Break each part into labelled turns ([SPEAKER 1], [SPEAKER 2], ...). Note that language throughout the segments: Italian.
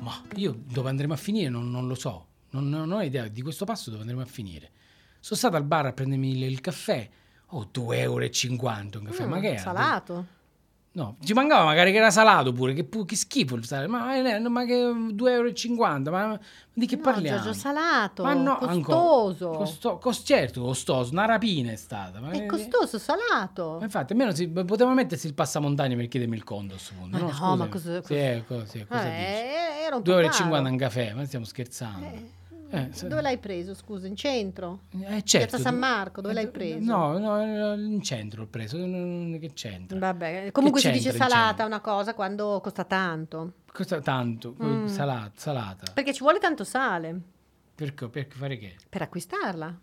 [SPEAKER 1] Ma io dove andremo a finire non, non lo so, non, non ho idea di questo passo dove andremo a finire. Sono stato al bar a prendermi il, il caffè, oh 2,50 euro un caffè,
[SPEAKER 2] Mm,
[SPEAKER 1] ma che è?
[SPEAKER 2] Salato.
[SPEAKER 1] No, ci mancava magari che era salato pure, che, pu- che schifo il salato, ma, eh, no, ma che 2,50 euro, ma di che
[SPEAKER 2] No,
[SPEAKER 1] parliamo?
[SPEAKER 2] Giorgio, salato,
[SPEAKER 1] ma no,
[SPEAKER 2] costoso.
[SPEAKER 1] ancora. Costo- cos- certo, costoso, una rapina è stata. Ma
[SPEAKER 2] È
[SPEAKER 1] eh,
[SPEAKER 2] costoso, salato.
[SPEAKER 1] ma infatti, almeno si, potevano mettersi il passamontagna per chiedermi il conto a questo punto.
[SPEAKER 2] Ma no,
[SPEAKER 1] Scusami.
[SPEAKER 2] ma cosa-
[SPEAKER 1] Sì, eh, co- sì, cosa dici?
[SPEAKER 2] Vabbè, eh, era un po'
[SPEAKER 1] 2,50 euro
[SPEAKER 2] caro.
[SPEAKER 1] un caffè, ma stiamo scherzando.
[SPEAKER 2] Eh,
[SPEAKER 1] Eh, se-
[SPEAKER 2] Dove l'hai preso, scusa? In centro?
[SPEAKER 1] Eh, certo,
[SPEAKER 2] Piazza San
[SPEAKER 1] tu-
[SPEAKER 2] Marco, dove
[SPEAKER 1] eh,
[SPEAKER 2] l'hai
[SPEAKER 1] tu-
[SPEAKER 2] preso?
[SPEAKER 1] No, no, in centro ho preso. non- Che c'entra?
[SPEAKER 2] Vabbè, comunque si dice
[SPEAKER 1] c'entra in
[SPEAKER 2] salata
[SPEAKER 1] genere?
[SPEAKER 2] una cosa quando costa tanto.
[SPEAKER 1] Costa tanto,
[SPEAKER 2] Mm.
[SPEAKER 1] salata, salata.
[SPEAKER 2] Perché ci vuole tanto sale
[SPEAKER 1] Perché, perché fare che?
[SPEAKER 2] per acquistarla.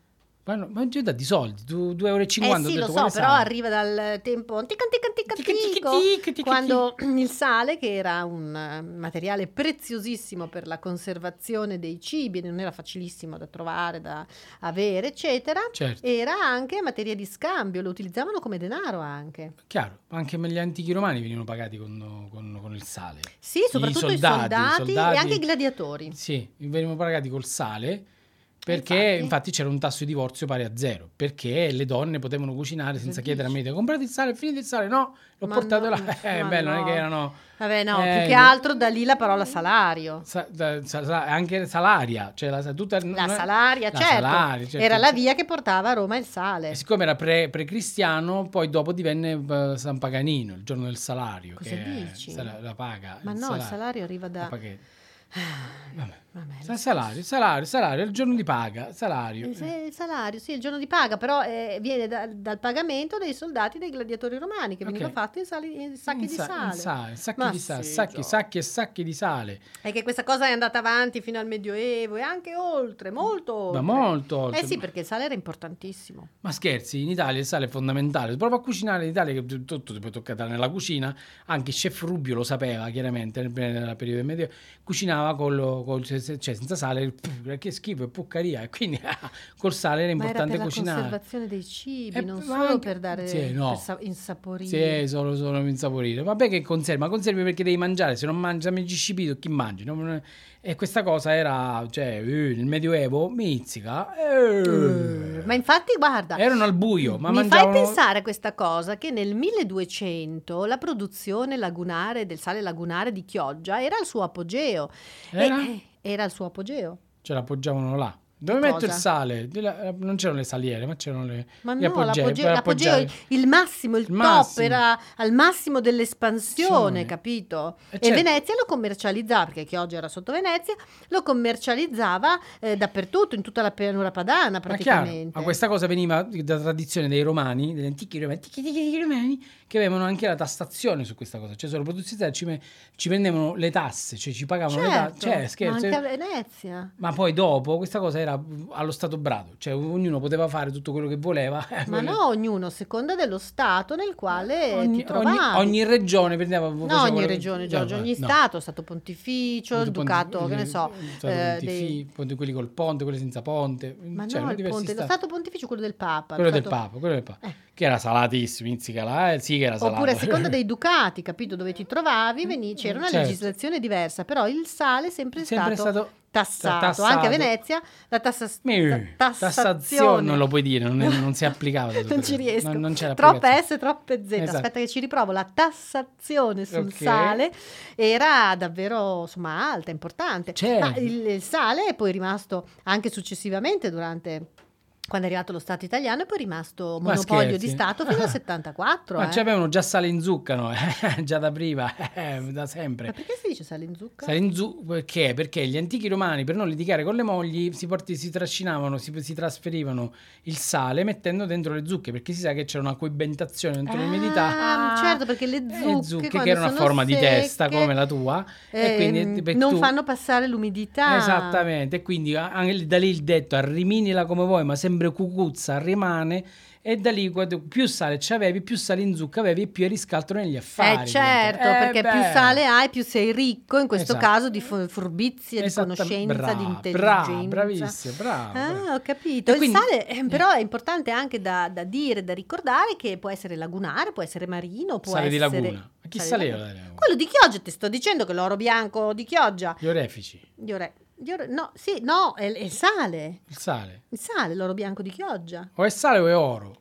[SPEAKER 1] Ma, no, ma già di soldi, tu- 2,50 euro.
[SPEAKER 2] eh sì, lo so, però arriva dal tempo antico, antico, antico, antico, quando il sale, che era un eh, materiale preziosissimo per la conservazione dei cibi, non era facilissimo da trovare, da avere, eccetera,
[SPEAKER 1] Certo,
[SPEAKER 2] era anche materia di scambio, lo utilizzavano come denaro anche.
[SPEAKER 1] chiaro, anche gli antichi romani venivano pagati con, con- con il sale.
[SPEAKER 2] Sì, soprattutto i
[SPEAKER 1] soldati, i
[SPEAKER 2] soldati,
[SPEAKER 1] soldati.
[SPEAKER 2] e anche i gladiatori.
[SPEAKER 1] Sì, venivano pagati col sale perché infatti.
[SPEAKER 2] Infatti.
[SPEAKER 1] c'era un tasso di divorzio pari a zero, perché le donne potevano cucinare senza
[SPEAKER 2] Lo
[SPEAKER 1] chiedere a
[SPEAKER 2] dici?
[SPEAKER 1] me, comprate il sale, finite il sale, no, l'ho
[SPEAKER 2] Ma
[SPEAKER 1] portato
[SPEAKER 2] no,
[SPEAKER 1] là, eh,
[SPEAKER 2] ma
[SPEAKER 1] bello, non è
[SPEAKER 2] no.
[SPEAKER 1] che erano...
[SPEAKER 2] Vabbè, no,
[SPEAKER 1] Eh,
[SPEAKER 2] più che
[SPEAKER 1] no.
[SPEAKER 2] altro da lì la parola salario.
[SPEAKER 1] sa- da- sa- sa- anche salaria, cioè la, sa- tutta,
[SPEAKER 2] La salaria,
[SPEAKER 1] la
[SPEAKER 2] certo.
[SPEAKER 1] salaria, certo. Eh,
[SPEAKER 2] Era la via che portava a Roma il sale.
[SPEAKER 1] E siccome era pre- pre-cristiano, poi dopo divenne eh, San Paganino, il giorno del salario.
[SPEAKER 2] Cosa
[SPEAKER 1] che è-
[SPEAKER 2] dici?
[SPEAKER 1] sala- la paga.
[SPEAKER 2] Ma no, il salario arriva da... Eh,
[SPEAKER 1] la paghetta. Vabbè.
[SPEAKER 2] Vabbè,
[SPEAKER 1] Sa- Salario, salario, salario, il giorno di paga, salario.
[SPEAKER 2] il sa- Eh, il salario, sì, il giorno di paga, però eh, viene da- dal pagamento dei soldati dei gladiatori romani che
[SPEAKER 1] Ok.
[SPEAKER 2] veniva fatto in, sali- in sacchi
[SPEAKER 1] In
[SPEAKER 2] di
[SPEAKER 1] sa- in
[SPEAKER 2] sale.
[SPEAKER 1] sale, sacchi
[SPEAKER 2] Ma
[SPEAKER 1] di sale,
[SPEAKER 2] sì,
[SPEAKER 1] sacchi,
[SPEAKER 2] Gio.
[SPEAKER 1] sacchi e sacchi di sale.
[SPEAKER 2] E che questa cosa è andata avanti fino al Medioevo e anche oltre,
[SPEAKER 1] Mm.
[SPEAKER 2] molto
[SPEAKER 1] Ma
[SPEAKER 2] oltre.
[SPEAKER 1] molto oltre.
[SPEAKER 2] Eh sì, perché il sale era importantissimo.
[SPEAKER 1] Ma scherzi, in Italia il sale è fondamentale. Prova a cucinare in Italia, che tu- tutto ti puoi toccare nella cucina. Anche il chef Rubio lo sapeva, chiaramente, nel, nel periodo medio. Cucinava col, col- se- se- cioè, senza sale, pff, che schifo, è porcaria. E quindi col sale era
[SPEAKER 2] Ma era
[SPEAKER 1] importante
[SPEAKER 2] per la
[SPEAKER 1] cucinare.
[SPEAKER 2] conservazione dei cibi,
[SPEAKER 1] Eh,
[SPEAKER 2] non
[SPEAKER 1] ma
[SPEAKER 2] solo
[SPEAKER 1] anche-
[SPEAKER 2] per dare
[SPEAKER 1] sì, no.
[SPEAKER 2] per sa- insaporire.
[SPEAKER 1] Sì, eh. solo, solo insaporire. Vabbè che conservi, ma conservi perché devi mangiare, se non mangi, se mangi scipito, chi mangi? No, non è- E questa cosa era, cioè, eh, nel Medioevo, mizzica. eh.
[SPEAKER 2] Eh, Ma infatti, guarda,
[SPEAKER 1] Erano al buio, ma
[SPEAKER 2] mi
[SPEAKER 1] mangiavano...
[SPEAKER 2] fai pensare a questa cosa che nel 1200 la produzione lagunare del sale lagunare di Chioggia era al suo apogeo. E-
[SPEAKER 1] Era?
[SPEAKER 2] eh, era al suo apogeo.
[SPEAKER 1] ce la appoggiavano là. Dove
[SPEAKER 2] Che
[SPEAKER 1] metto il
[SPEAKER 2] cosa?
[SPEAKER 1] sale? Di là- eh, non c'erano le saliere, ma c'erano le...
[SPEAKER 2] Ma
[SPEAKER 1] Gli
[SPEAKER 2] no,
[SPEAKER 1] appogge-
[SPEAKER 2] l'apogeo,
[SPEAKER 1] per
[SPEAKER 2] l'apogeo,
[SPEAKER 1] appoggiare.
[SPEAKER 2] il, il massimo, il,
[SPEAKER 1] Il
[SPEAKER 2] top,
[SPEAKER 1] massimo.
[SPEAKER 2] era al massimo dell'espansione,
[SPEAKER 1] Sì.
[SPEAKER 2] capito?
[SPEAKER 1] Eh,
[SPEAKER 2] E
[SPEAKER 1] certo.
[SPEAKER 2] Venezia lo commercializzava, perché Chioggia era sotto Venezia, lo commercializzava eh, dappertutto, in tutta la pianura padana
[SPEAKER 1] Ma chiaro,
[SPEAKER 2] praticamente.
[SPEAKER 1] ma questa cosa veniva da tradizione dei romani, degli antichi romani, antichi, antichi, antichi romani, che avevano anche la tassazione su questa cosa. Cioè, sulla produzione ci, me- ci prendevano le tasse, cioè ci pagavano le
[SPEAKER 2] certo,
[SPEAKER 1] tasse. Cioè,
[SPEAKER 2] ma
[SPEAKER 1] scherzo.
[SPEAKER 2] anche a Venezia.
[SPEAKER 1] Ma poi dopo questa cosa era allo stato brado, cioè ognuno poteva fare tutto quello che voleva.
[SPEAKER 2] Ma
[SPEAKER 1] Quello-
[SPEAKER 2] no, ognuno a seconda dello stato nel quale
[SPEAKER 1] Eh, ogni,
[SPEAKER 2] ti trovavi.
[SPEAKER 1] ogni- ogni regione prendeva...
[SPEAKER 2] No, ogni regione, Giorgio, ogni stato, stato pontificio, il ducato, che ne so. eh, dei-
[SPEAKER 1] quelli col ponte, quelli senza ponte.
[SPEAKER 2] Ma
[SPEAKER 1] cioè,
[SPEAKER 2] no, il
[SPEAKER 1] diversi
[SPEAKER 2] ponte, lo
[SPEAKER 1] stati.
[SPEAKER 2] stato pontificio quello del Papa. lo
[SPEAKER 1] quello del
[SPEAKER 2] stato-
[SPEAKER 1] Papa, quello del Papa,
[SPEAKER 2] Eh.
[SPEAKER 1] che era salatissimo, mizzica là, eh, sì che era salato.
[SPEAKER 2] Oppure a seconda dei ducati, capito, dove ti trovavi, veni- c'era una
[SPEAKER 1] Certo.
[SPEAKER 2] legislazione diversa, però il sale è sempre,
[SPEAKER 1] sempre
[SPEAKER 2] stato,
[SPEAKER 1] stato
[SPEAKER 2] tassato.
[SPEAKER 1] tassato.
[SPEAKER 2] Anche a Venezia la, tassa-
[SPEAKER 1] Meh,
[SPEAKER 2] ta-
[SPEAKER 1] tassazione non lo puoi dire, non, è- non si applicava. da
[SPEAKER 2] non ci
[SPEAKER 1] tutte-
[SPEAKER 2] riesco.
[SPEAKER 1] non- non c'era
[SPEAKER 2] troppe
[SPEAKER 1] applicazione.
[SPEAKER 2] S, troppe Z.
[SPEAKER 1] Esatto.
[SPEAKER 2] Aspetta che ci riprovo. La tassazione sul
[SPEAKER 1] Ok.
[SPEAKER 2] sale era davvero insomma alta, importante.
[SPEAKER 1] Certo.
[SPEAKER 2] Ma il, il sale è poi rimasto anche successivamente durante quando è arrivato lo Stato italiano è poi rimasto
[SPEAKER 1] Ma
[SPEAKER 2] monopolio
[SPEAKER 1] scherzi?
[SPEAKER 2] di Stato fino al 74.
[SPEAKER 1] Ma
[SPEAKER 2] eh.
[SPEAKER 1] ci avevano già sale in zucca, no? già da prima, eh, da
[SPEAKER 2] Ma
[SPEAKER 1] sempre.
[SPEAKER 2] perché si dice sale in zucca?
[SPEAKER 1] Sale in zu- perché? Perché gli antichi romani per non litigare con le mogli si, porti- si trascinavano, si, si trasferivano il sale mettendo dentro le zucche perché si sa che c'era una coibentazione dentro l'umidità.
[SPEAKER 2] Ah, certo, perché le
[SPEAKER 1] Eh,
[SPEAKER 2] zucche,
[SPEAKER 1] che
[SPEAKER 2] quando
[SPEAKER 1] era una
[SPEAKER 2] sono
[SPEAKER 1] forma di testa
[SPEAKER 2] secche,
[SPEAKER 1] come la tua, e
[SPEAKER 2] ehm,
[SPEAKER 1] quindi per
[SPEAKER 2] non
[SPEAKER 1] tu-
[SPEAKER 2] fanno passare l'umidità.
[SPEAKER 1] Esattamente, e quindi a- anche lì- da lì il detto arriminila "Ah, come vuoi, ma se timbro, cucuzza, rimane e da lì quando- più sale c'avevi, più sale in zucca avevi e più eri scaltro negli affari.
[SPEAKER 2] Eh certo,
[SPEAKER 1] diventa- Eh,
[SPEAKER 2] perché
[SPEAKER 1] beh.
[SPEAKER 2] più sale hai, più sei ricco, in questo
[SPEAKER 1] Esatto.
[SPEAKER 2] caso di fu- furbizia, di
[SPEAKER 1] Esatta-
[SPEAKER 2] conoscenza,
[SPEAKER 1] brava,
[SPEAKER 2] di
[SPEAKER 1] brava,
[SPEAKER 2] intelligenza.
[SPEAKER 1] bravissima, brava, brava.
[SPEAKER 2] Ah, ho capito.
[SPEAKER 1] E
[SPEAKER 2] Il
[SPEAKER 1] quindi-
[SPEAKER 2] sale eh,
[SPEAKER 1] eh.
[SPEAKER 2] però è importante anche da, da dire, da ricordare che può essere lagunare, può essere marino, può
[SPEAKER 1] Sale di
[SPEAKER 2] essere...
[SPEAKER 1] laguna. Ma chi
[SPEAKER 2] sale di
[SPEAKER 1] saleva?
[SPEAKER 2] laguna.
[SPEAKER 1] dalle lagune?
[SPEAKER 2] Quello di Chioggia, ti sto dicendo che l'oro bianco di Chioggia.
[SPEAKER 1] Gli orefici,
[SPEAKER 2] Di ore- di ore- No, sì, no, è, è il sale.
[SPEAKER 1] il sale.
[SPEAKER 2] Il sale, l'oro bianco di Chioggia.
[SPEAKER 1] O è sale o è oro.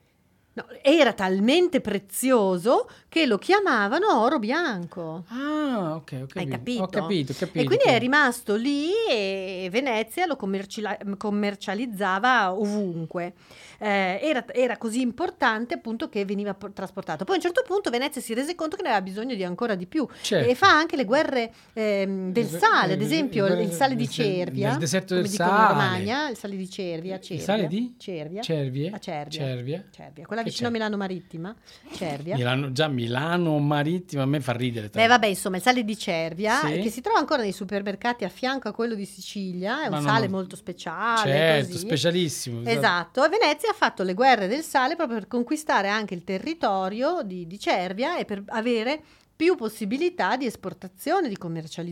[SPEAKER 2] No, era talmente prezioso che lo chiamavano oro bianco.
[SPEAKER 1] Ah, ok, ho capito.
[SPEAKER 2] capito?
[SPEAKER 1] Ho capito, ho capito.
[SPEAKER 2] E quindi
[SPEAKER 1] ho
[SPEAKER 2] è
[SPEAKER 1] capito.
[SPEAKER 2] rimasto lì e Venezia lo commercila- commercializzava ovunque. Eh, era, era così importante appunto che veniva por- trasportato. Poi a un certo punto Venezia si rese conto che ne aveva bisogno di ancora di più
[SPEAKER 1] Certo.
[SPEAKER 2] e fa anche le guerre ehm, del sale, ad esempio il, il sale di
[SPEAKER 1] Nel-
[SPEAKER 2] Cervia.
[SPEAKER 1] nel deserto
[SPEAKER 2] come
[SPEAKER 1] del
[SPEAKER 2] dicono in
[SPEAKER 1] sale.
[SPEAKER 2] Romagna, il sale di Cervia.
[SPEAKER 1] Il
[SPEAKER 2] Cervia.
[SPEAKER 1] sale di?
[SPEAKER 2] Cervia.
[SPEAKER 1] Cervie?
[SPEAKER 2] A Ah, Cervia.
[SPEAKER 1] Cervia.
[SPEAKER 2] Cervia, quella
[SPEAKER 1] Che
[SPEAKER 2] vicino a
[SPEAKER 1] c'è?
[SPEAKER 2] Milano Marittima. Cervia.
[SPEAKER 1] Milano, già Milano Marittima a me fa ridere. tra
[SPEAKER 2] Beh, vabbè, insomma, il sale di Cervia,
[SPEAKER 1] Cioè. Sì.
[SPEAKER 2] che si trova ancora nei supermercati a fianco a quello di Sicilia, è
[SPEAKER 1] Ma
[SPEAKER 2] un
[SPEAKER 1] no,
[SPEAKER 2] sale
[SPEAKER 1] no.
[SPEAKER 2] molto speciale.
[SPEAKER 1] certo,
[SPEAKER 2] così.
[SPEAKER 1] specialissimo.
[SPEAKER 2] Esatto, e Venezia ha fatto le guerre del sale proprio per conquistare anche il territorio di, di Cervia e per avere più possibilità di esportazione, di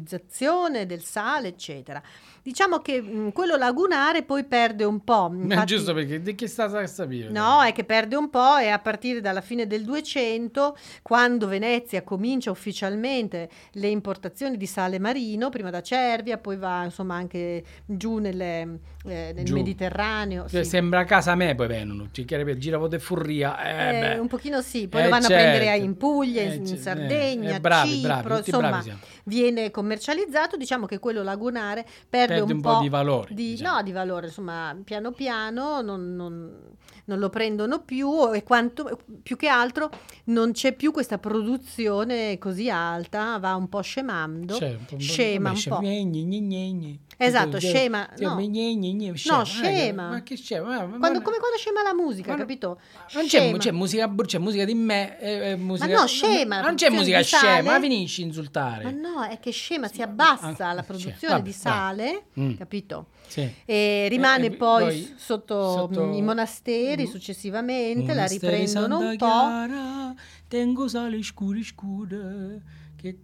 [SPEAKER 2] commercializzazione del sale, eccetera. Diciamo che mh, quello lagunare poi perde un po'.
[SPEAKER 1] Ma
[SPEAKER 2] infatti-
[SPEAKER 1] Eh, giusto perché di che sta a sapere?
[SPEAKER 2] No, è che perde un po' e a partire dalla fine del 200, quando Venezia comincia ufficialmente le importazioni di sale marino, prima da Cervia, poi va insomma anche giù nelle- eh, nel
[SPEAKER 1] Giù.
[SPEAKER 2] Mediterraneo.
[SPEAKER 1] Cioè,
[SPEAKER 2] sì.
[SPEAKER 1] Sembra a casa a me poi vengono, ci chiarebbe giravo de furria. Eh,
[SPEAKER 2] Eh,
[SPEAKER 1] beh.
[SPEAKER 2] un pochino sì, poi
[SPEAKER 1] Eh,
[SPEAKER 2] lo vanno a
[SPEAKER 1] certo.
[SPEAKER 2] prendere in Puglia, in-
[SPEAKER 1] Eh,
[SPEAKER 2] in
[SPEAKER 1] ce- eh,
[SPEAKER 2] Sardegna,
[SPEAKER 1] eh, bravi,
[SPEAKER 2] Cipro,
[SPEAKER 1] bravi, tutti
[SPEAKER 2] insomma,
[SPEAKER 1] bravi siamo.
[SPEAKER 2] viene commercializzato, diciamo che quello lagunare perde,
[SPEAKER 1] Perde un po' di valore,
[SPEAKER 2] di-
[SPEAKER 1] diciamo.
[SPEAKER 2] No, di valore, insomma, piano piano non, non- non lo prendono più e quanto, più che altro non c'è più questa produzione così alta, va un po' scemando.
[SPEAKER 1] Cioè, un po'-
[SPEAKER 2] Scema
[SPEAKER 1] vabbè,
[SPEAKER 2] un po'.
[SPEAKER 1] gne, gne, gne, gne, gne.
[SPEAKER 2] Esatto,
[SPEAKER 1] Cioè, cioè,
[SPEAKER 2] scema.
[SPEAKER 1] cioè,
[SPEAKER 2] No.
[SPEAKER 1] gne, gne, gne,
[SPEAKER 2] No, scema.
[SPEAKER 1] eh, Ma che scema? Ma- ma-
[SPEAKER 2] Quando-
[SPEAKER 1] ma-
[SPEAKER 2] come quando scema la musica,
[SPEAKER 1] Ma-
[SPEAKER 2] capito?
[SPEAKER 1] Ah, Non c'è,
[SPEAKER 2] Scema.
[SPEAKER 1] c'è musica bru- c'è musica di me. eh, eh, musica-
[SPEAKER 2] no, scema,
[SPEAKER 1] ma Non c'è
[SPEAKER 2] produzione
[SPEAKER 1] musica
[SPEAKER 2] di sale.
[SPEAKER 1] scema, ma finisci a insultare.
[SPEAKER 2] Ma no, è che scema, si
[SPEAKER 1] Sì,
[SPEAKER 2] abbassa
[SPEAKER 1] ah,
[SPEAKER 2] la
[SPEAKER 1] sì,
[SPEAKER 2] produzione
[SPEAKER 1] vabbè,
[SPEAKER 2] di
[SPEAKER 1] bravo.
[SPEAKER 2] sale,
[SPEAKER 1] Mm,
[SPEAKER 2] capito?
[SPEAKER 1] sì.
[SPEAKER 2] E rimane
[SPEAKER 1] E- e
[SPEAKER 2] poi,
[SPEAKER 1] poi
[SPEAKER 2] s- sotto,
[SPEAKER 1] sotto-
[SPEAKER 2] mh, i monasteri
[SPEAKER 1] Mm.
[SPEAKER 2] successivamente, la
[SPEAKER 1] Monasteri
[SPEAKER 2] riprendono
[SPEAKER 1] Santa
[SPEAKER 2] un po'.
[SPEAKER 1] Chiara, tengo sale scuri scure. Che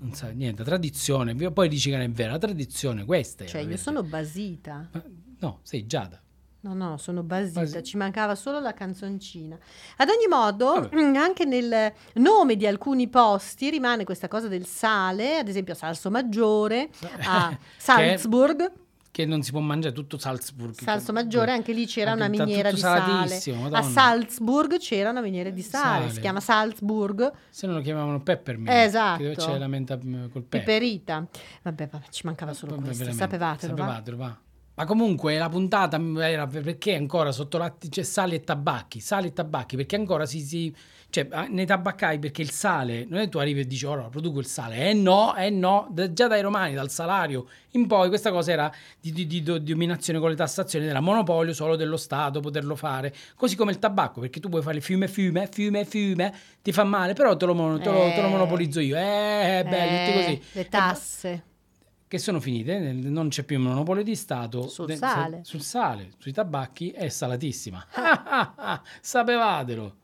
[SPEAKER 1] non sa niente, tradizione. vi- Poi dici che non è vera, la tradizione questa è.
[SPEAKER 2] Cioè,
[SPEAKER 1] la
[SPEAKER 2] io
[SPEAKER 1] vera.
[SPEAKER 2] sono basita.
[SPEAKER 1] Ma- No, sei Giada.
[SPEAKER 2] No, no, sono basita,
[SPEAKER 1] Basi-
[SPEAKER 2] ci mancava solo la canzoncina. Ad ogni modo,
[SPEAKER 1] Vabbè.
[SPEAKER 2] mm, anche nel nome di alcuni posti rimane questa cosa del sale, ad esempio a Salso Maggiore, a Salzburg.
[SPEAKER 1] Che non si può mangiare tutto Salzburg.
[SPEAKER 2] Salso Maggiore, anche lì c'era
[SPEAKER 1] Anche
[SPEAKER 2] una
[SPEAKER 1] ta-
[SPEAKER 2] miniera di
[SPEAKER 1] tutto
[SPEAKER 2] sale.
[SPEAKER 1] salatissimo,
[SPEAKER 2] A
[SPEAKER 1] Madonna.
[SPEAKER 2] Salzburg c'era una miniera di sale,
[SPEAKER 1] Sale.
[SPEAKER 2] si chiama Salzburg,
[SPEAKER 1] Se no lo chiamavano peppermint.
[SPEAKER 2] Eh, esatto.
[SPEAKER 1] Che dove c'è la menta mm, col pepe.
[SPEAKER 2] piperita. Vabbè, vabbè, ci mancava solo
[SPEAKER 1] Vabbè,
[SPEAKER 2] questo,
[SPEAKER 1] veramente,
[SPEAKER 2] sapevatelo, va?
[SPEAKER 1] sapevatelo, va. Ma comunque la puntata mm, era per- perché ancora sotto latti c'è sale e tabacchi, sale e tabacchi, perché ancora si, si cioè ah, nei tabaccai perché il sale, non è che tu arrivi e dici ora produco il sale, eh no, eh no, da- già dai romani, dal salario in poi questa cosa era di, di- di- di dominazione con le tassazioni, era monopolio solo dello Stato poterlo fare, così come il tabacco, perché tu puoi fare fiume, fiume, fiume, fiume, ti fa male, però te lo, mono- te lo- te lo
[SPEAKER 2] Eh.
[SPEAKER 1] monopolizzo io, eh, belli, tutti
[SPEAKER 2] Eh,
[SPEAKER 1] così.
[SPEAKER 2] Le
[SPEAKER 1] E-
[SPEAKER 2] tasse.
[SPEAKER 1] che sono finite, nel- non c'è più il monopolio di Stato
[SPEAKER 2] Sul
[SPEAKER 1] de-
[SPEAKER 2] sale.
[SPEAKER 1] sul sale, sui tabacchi è salatissima.
[SPEAKER 2] Ah.
[SPEAKER 1] Sapevatelo.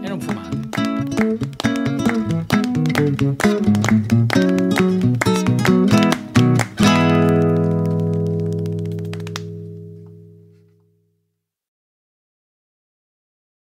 [SPEAKER 1] E non fumate.